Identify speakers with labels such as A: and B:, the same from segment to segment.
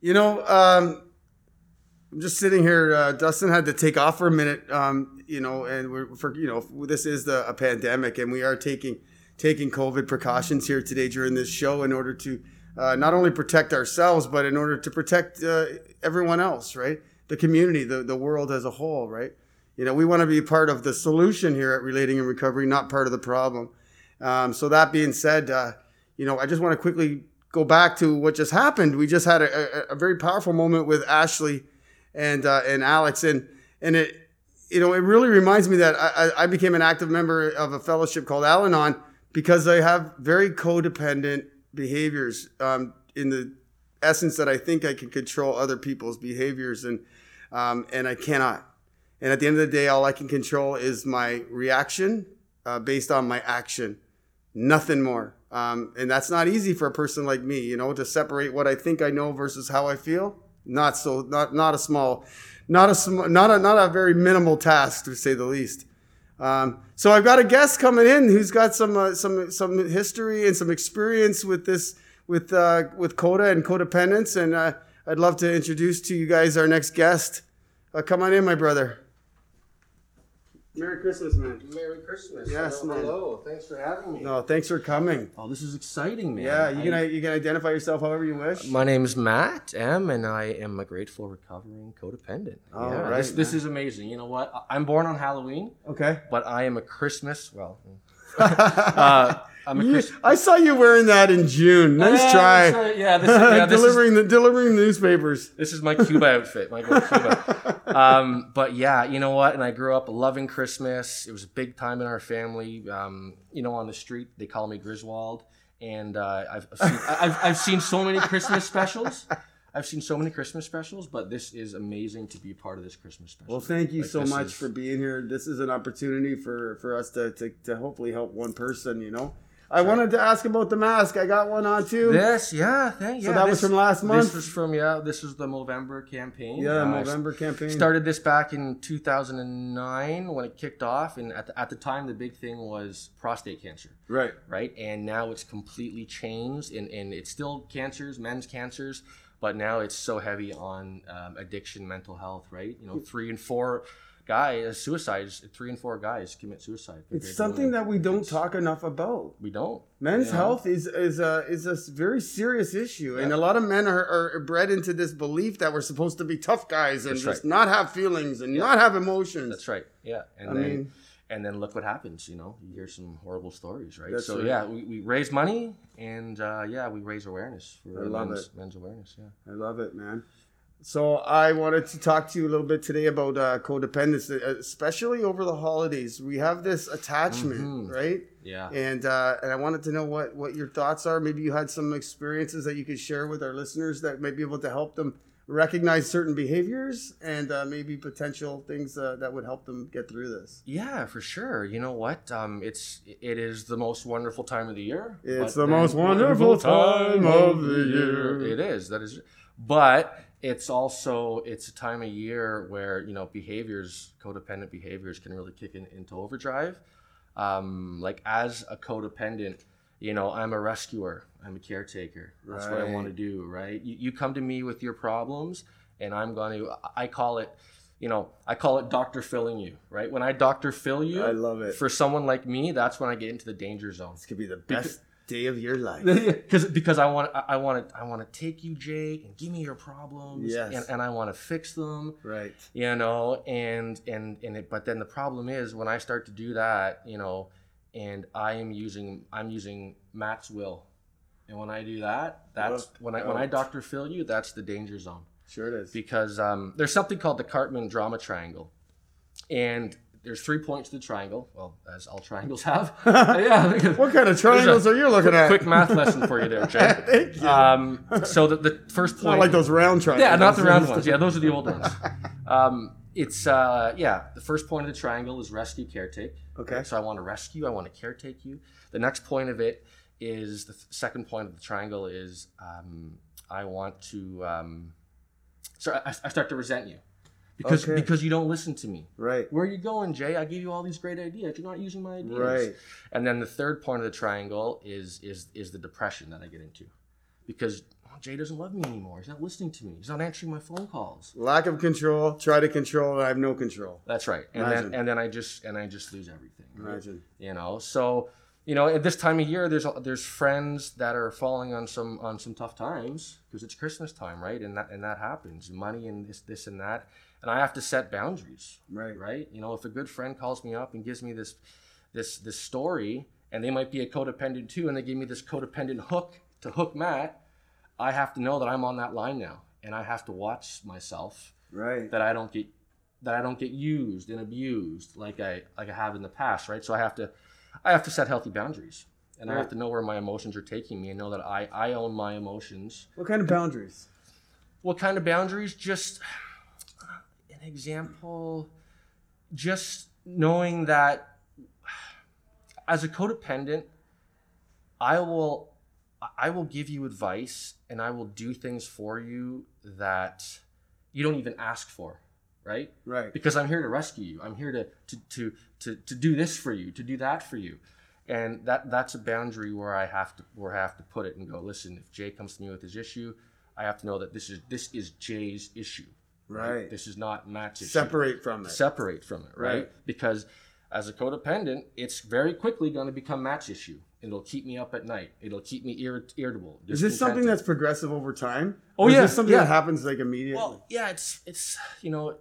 A: You know, um, I'm just sitting here. Uh, Dustin had to take off for a minute. Um, you know, and we're for you know this is the, a pandemic, and we are taking taking COVID precautions here today during this show in order to uh, not only protect ourselves, but in order to protect uh, everyone else, right? The community, the, the world as a whole, right? You know, we want to be part of the solution here at Relating and Recovery, not part of the problem. Um, so that being said, uh, you know, I just want to quickly go back to what just happened. We just had a, a, a very powerful moment with Ashley and uh, and Alex, and and it, you know, it really reminds me that I, I became an active member of a fellowship called Al-Anon because I have very codependent behaviors um, in the essence that I think I can control other people's behaviors and um, and I cannot. And at the end of the day, all I can control is my reaction uh, based on my action, nothing more. Um, and that's not easy for a person like me, you know, to separate what I think I know versus how I feel. Not so, not not a small, not a sm- not a not a very minimal task to say the least. Um, so I've got a guest coming in who's got some uh, some some history and some experience with this with uh, with Coda and codependence, and uh, I'd love to introduce to you guys our next guest. Uh, come on in, my brother. Merry Christmas, man.
B: Merry Christmas.
A: Yes,
B: hello,
A: man.
B: hello. Thanks for having me.
A: No, thanks for coming.
C: Oh, this is exciting, man.
A: Yeah, you can
C: I-
A: you can identify yourself however you wish.
C: My name's Matt M, and I am a grateful recovering codependent.
A: All
C: yeah,
A: right,
C: this, this
A: man.
C: is amazing. You know what? I- I'm born on Halloween,
A: Okay.
C: but I am a Christmas. Well, uh, I'm a
A: You-
C: Christmas.
A: I saw you wearing that in June. Nice try.
C: yeah, this is, yeah, this is
A: delivering the delivering the newspapers.
C: This is my Cuba outfit, my gold Cuba. Um, but yeah, you know what? And I grew up loving Christmas. It was a big time in our family. Um, you know, on the street they call me Griswold, and uh, I've I've seen, I've I've seen so many Christmas specials. I've seen so many Christmas specials, but this is amazing to be a part of this Christmas special.
A: Well, thank you
C: Like,
A: so
C: this
A: much
C: is-
A: for being here. This is an opportunity for for us to to, to hopefully help one person. You know, I wanted to ask about the mask. I got one on too.
C: this. Yeah, thank, yeah.
A: that was
C: this-
A: from last month?
C: This was from yeah. This was the Movember campaign.
A: Yeah,
C: Uh,
A: November campaign.
C: started this back in 2009 when it kicked off and at the, at the time the big thing was prostate cancer
A: right.
C: right and now it's completely changed and, and it's still cancers men's cancers but now it's so heavy on um, addiction mental health right you know three and four guys suicides three and four guys commit suicide compared
A: It's
C: to
A: something
C: women.
A: that we don't talk enough about.
C: we don't
A: Men's
C: Yeah.
A: health is is a is a very serious issue, and a lot of men are, are bred into this belief that we're supposed to be tough guys and
C: That's
A: just not have feelings and not have emotions.
C: That's right. Yeah. And
A: I
C: then
A: mean-
C: and then look what happens, you know. You hear some horrible stories, right?
A: That's
C: so
A: right.
C: yeah, we, we raise money and uh, yeah, we raise awareness for
A: I love
C: men's, men's awareness, yeah.
A: I love it, man. So I wanted to talk to you a little bit today about uh, codependence, especially over the holidays. We have this attachment,
C: Mhm.
A: right?
C: Yeah.
A: And uh, and I wanted to know what what your thoughts are. Maybe you had some experiences that you could share with our listeners that might be able to help them recognize certain behaviors and uh, maybe potential things uh, that would help them get through this.
C: Yeah, for sure. You know what? Um, it's it is the most wonderful time of the year.
A: It's
C: but
A: the
C: then-
A: most wonderful time of the year.
C: It is. That is. But it's also it's a time of year where you know behaviors, codependent behaviors, can really kick in, into overdrive. Um, like as a codependent, you know, I'm a rescuer. I'm a caretaker. That's what I want to
A: Right.
C: do. Right? You, you come to me with your problems, and I'm going to. I call it. You know, I call it doctor filling you, right? When I doctor fill you,
A: I love it.
C: For someone like me, that's when I get into the danger zone.
A: This could be the best day of your life.
C: because because I want I want to I want to take you, Jake, and give me your problems,
A: Yes.
C: and, and I want to fix them,
A: right.
C: you know, and and and it, but then the problem is when I start to do that, you know, and I am using I'm using Matt's will, and when I do that, that's
A: Look
C: when I when I
A: out.
C: doctor fill you, that's the danger zone
A: Sure it is.
C: because um, there's something called the Cartman drama triangle, and there's three points to the triangle. Well, as all triangles have. yeah.
A: What kind of triangles are you looking at?
C: Quick math lesson for you there, Jay.
A: Thank you.
C: Um, so the, the first point.
A: Not like those round triangles.
C: Yeah, not the round ones. Yeah, those are the old ones. Um, it's uh, yeah. The first point of the triangle is rescue, caretake.
A: Okay.
C: So I want to rescue. I want to caretake you. The next point of it is the th- second point of the triangle is um, I want to. Um, so I, I start to resent you because
A: Okay.
C: because you don't listen to me.
A: Right.
C: Where are you going, Jay? I gave you all these great ideas. You're not using my ideas.
A: Right.
C: And then the third point of the triangle is is is the depression that I get into, because oh, Jay doesn't love me anymore. He's not listening to me. He's not answering my phone calls.
A: Lack of control. Try to control. And I have no control.
C: That's right. And
A: Imagine.
C: then and then I just and I just lose everything. right?
A: Imagine.
C: You know, so you know at this time of year, there's there's friends that are falling on some on some tough times because it's Christmas time, right? And that and that happens. Money and this this and that, and I have to set boundaries
A: Right.
C: right? You know, if a good friend calls me up and gives me this this this story, and they might be a codependent too, and they give me this codependent hook to hook Matt, I have to know that I'm on that line now, and I have to watch myself
A: Right.
C: that I don't get that I don't get used and abused like I like I have in the past, right? So I have to I have to set healthy boundaries. And I have
A: Right.
C: to know where my emotions are taking me and know that I, I own my emotions
A: What kind of boundaries?
C: what kind of boundaries just an example just knowing that as a codependent i will i will give you advice and i will do things for you that you don't even ask for right
A: Right.
C: because I'm here to rescue you. I'm here to to to to, to do this for you, to do that for you. And that that's a boundary where I have to where I have to put it and go, listen, if Jay comes to me with his issue, I have to know that this is this is Jay's issue.
A: Right.
C: This is not Matt's issue.
A: Separate from it.
C: Separate from it, right?
A: Right.
C: Because as a codependent, it's very quickly going to become Matt's issue. It'll keep me up at night. It'll keep me irrit- irritable.
A: Is this something
C: discontented.
A: that's progressive over time?
C: Oh,
A: Or
C: yeah,
A: Is this something
C: yeah.
A: that happens like immediately?
C: Well, yeah, it's it's you know,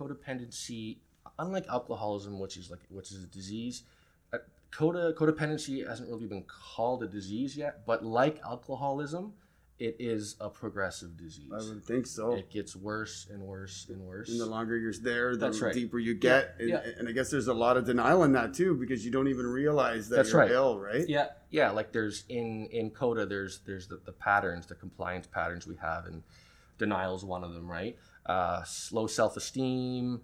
C: codependency. Unlike alcoholism, which is like which is a disease, uh, coda codependency hasn't really been called a disease yet. But like alcoholism, it is a progressive disease.
A: I would think so.
C: It gets worse and worse and worse.
A: And the longer you're there, the
C: That's right.
A: deeper you get. And,
C: yeah.
A: and I guess there's a lot of denial in that too, because you don't even realize that
C: That's
A: you're
C: right.
A: ill, right?
C: yeah, yeah. Like there's in in coda, there's there's the, the patterns, the compliance patterns we have, and denial is one of them, right? Uh, low self esteem.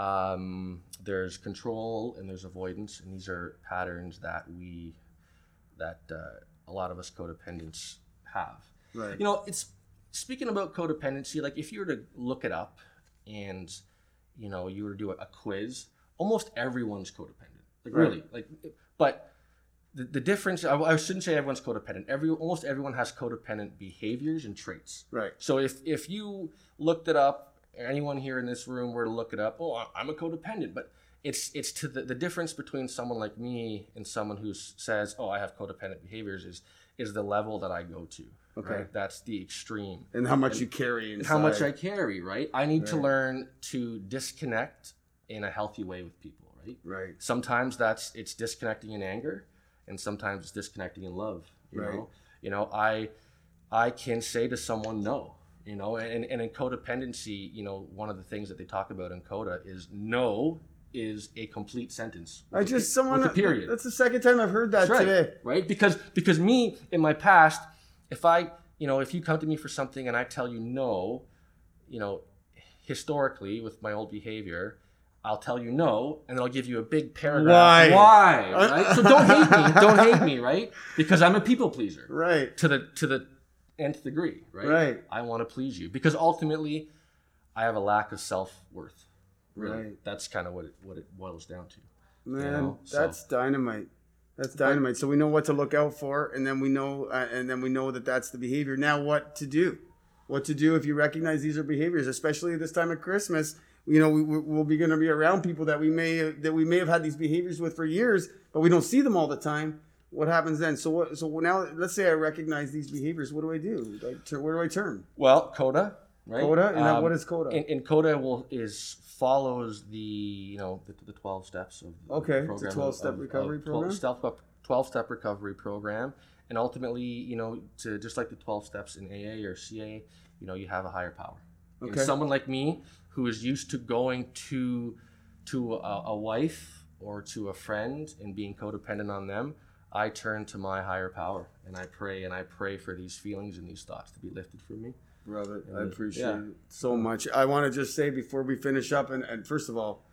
C: Um, there's control and there's avoidance, and these are patterns that we that uh, a lot of us codependents have.
A: Right.
C: You know, it's speaking about codependency. Like if you were to look it up, and you know, you were to do a, a quiz, almost everyone's codependent. Like
A: Right.
C: really, like, but the, the difference. I, I shouldn't say everyone's codependent. Every almost everyone has codependent behaviors and traits.
A: Right.
C: So if if you looked it up, or anyone here in this room were to look it up, oh, I- I'm a codependent, but it's it's to the, the difference between someone like me and someone who s- says, oh, I have codependent behaviors is is the level that I go to.
A: Okay.
C: That's the extreme.
A: And how much you carry inside.
C: How much I carry, right? I need to
A: Right.
C: learn to disconnect in a healthy way with people, right?
A: Right.
C: sometimes that's it's disconnecting in anger and sometimes it's disconnecting in love you
A: Right.
C: know you know i i can say to someone no you know and and in codependency you know one of the things that they talk about in coda is no is a complete sentence
A: I just someone
C: with a period
A: That's the second time I've heard that
C: that's right.
A: today.
C: Right? Because because me in my past, if I you know, if you come to me for something and I tell you no, you know, historically with my old behavior, I'll tell you no, and then I'll give you a big paragraph.
A: Why?
C: Why? Right? So don't hate me. Don't hate me, right? Because I'm a people pleaser
A: Right.
C: to the to the nth degree, right?
A: Right.
C: I want to please you because ultimately, I have a lack of self worth. Really,
A: Right.
C: that's kind of what it what it boils down to.
A: Man,
C: know, so-
A: that's dynamite. That's dynamite. So we know what to look out for, and then we know, uh, and then we know that that's the behavior. Now, what to do? What to do if you recognize these are behaviors, especially this time of Christmas? You know, we, we- we'll be going to be around people that we may that we may have had these behaviors with for years, but we don't see them all the time. What happens then? So what? So now, let's say I recognize these behaviors. What do I do? Like, tur- where do I turn?
C: Well, coda, right?
A: Coda, and then
C: Um,
A: what is coda?
C: And, and coda will is follows the you know the, the twelve steps of the
A: Okay, it's a
C: program
A: 12-step recovery program?
C: Twelve step recovery program, and ultimately, you know, to just like the twelve steps in AA or CA, you know, you have a higher power. And
A: Okay.
C: someone like me who is used to going to to a, a wife or to a friend and being codependent on them. I turn to my higher power and I pray and I pray for these feelings and these thoughts to be lifted from me.
A: Brother, I
C: And, uh,
A: appreciate
C: yeah.
A: it so much. I want to just say before we finish up, and, and first of all,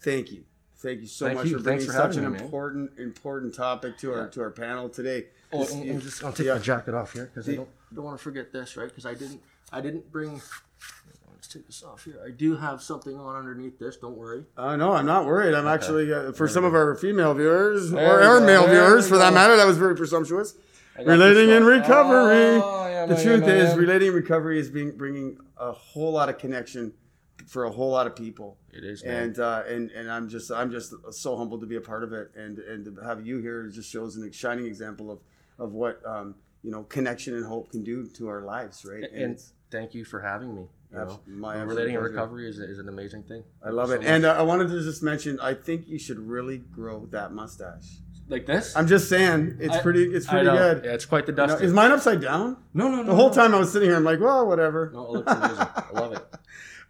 A: thank you, thank you so
C: Thank
A: much
C: you.
A: for bringing
C: Thanks for
A: such
C: having
A: an
C: me, man.
A: important, important topic to our
C: Yeah.
A: to our panel today.
C: Oh,
A: This-
C: and- and I'm just gonna take
A: yeah.
C: my jacket off here because I
A: The-
C: don't, don't want to forget this, right? Because I didn't I didn't bring. Let's take this off here. I do have something on underneath this. Don't worry.
A: Uh, no, I'm not worried. I'm actually uh, for some of our female viewers
C: There
A: or
C: we
A: our
C: go,
A: male
C: there
A: viewers,
C: we
A: for that
C: go.
A: matter. That was very presumptuous.
C: I got
A: Relating
C: this
A: and
C: wrong.
A: recovery.
C: Oh, yeah,
A: the
C: my-
A: truth
C: my-
A: is,
C: my-
A: relating recovery is being bringing a whole lot of connection for a whole lot of people,
C: it is. man.
A: and uh, and and I'm just I'm just so humbled to be a part of it, and and to have you here just shows an shining example of of what um, you know connection and hope can do to our lives, right?
C: And- thank you for having me. You know?
A: abs- my absolute
C: Relating and
A: pleasure.
C: recovery is, is an amazing thing.
A: I love
C: So
A: it,
C: much.
A: and uh, I wanted to just mention. I think you should really grow that mustache.
C: like this,
A: I'm just saying, it's
C: I-
A: pretty. It's
C: I
A: pretty
C: know.
A: good.
C: Yeah, it's quite the
A: You know,
C: dusty.
A: is mine upside down?
C: no, no, no.
A: The whole
C: no.
A: time I was sitting here, I'm like, well, whatever.
C: No, it looks amazing. I love it.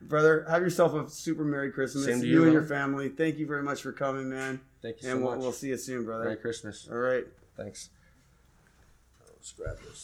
A: Brother, have yourself a super Merry Christmas.
C: Same to
A: you,
C: you,
A: and your
C: brother.
A: family. Thank you very much for coming, man.
C: Thank you so
A: And we'll,
C: much.
A: we'll see you soon, brother.
C: Merry Christmas.
A: All right.
C: Thanks. Let's grab this.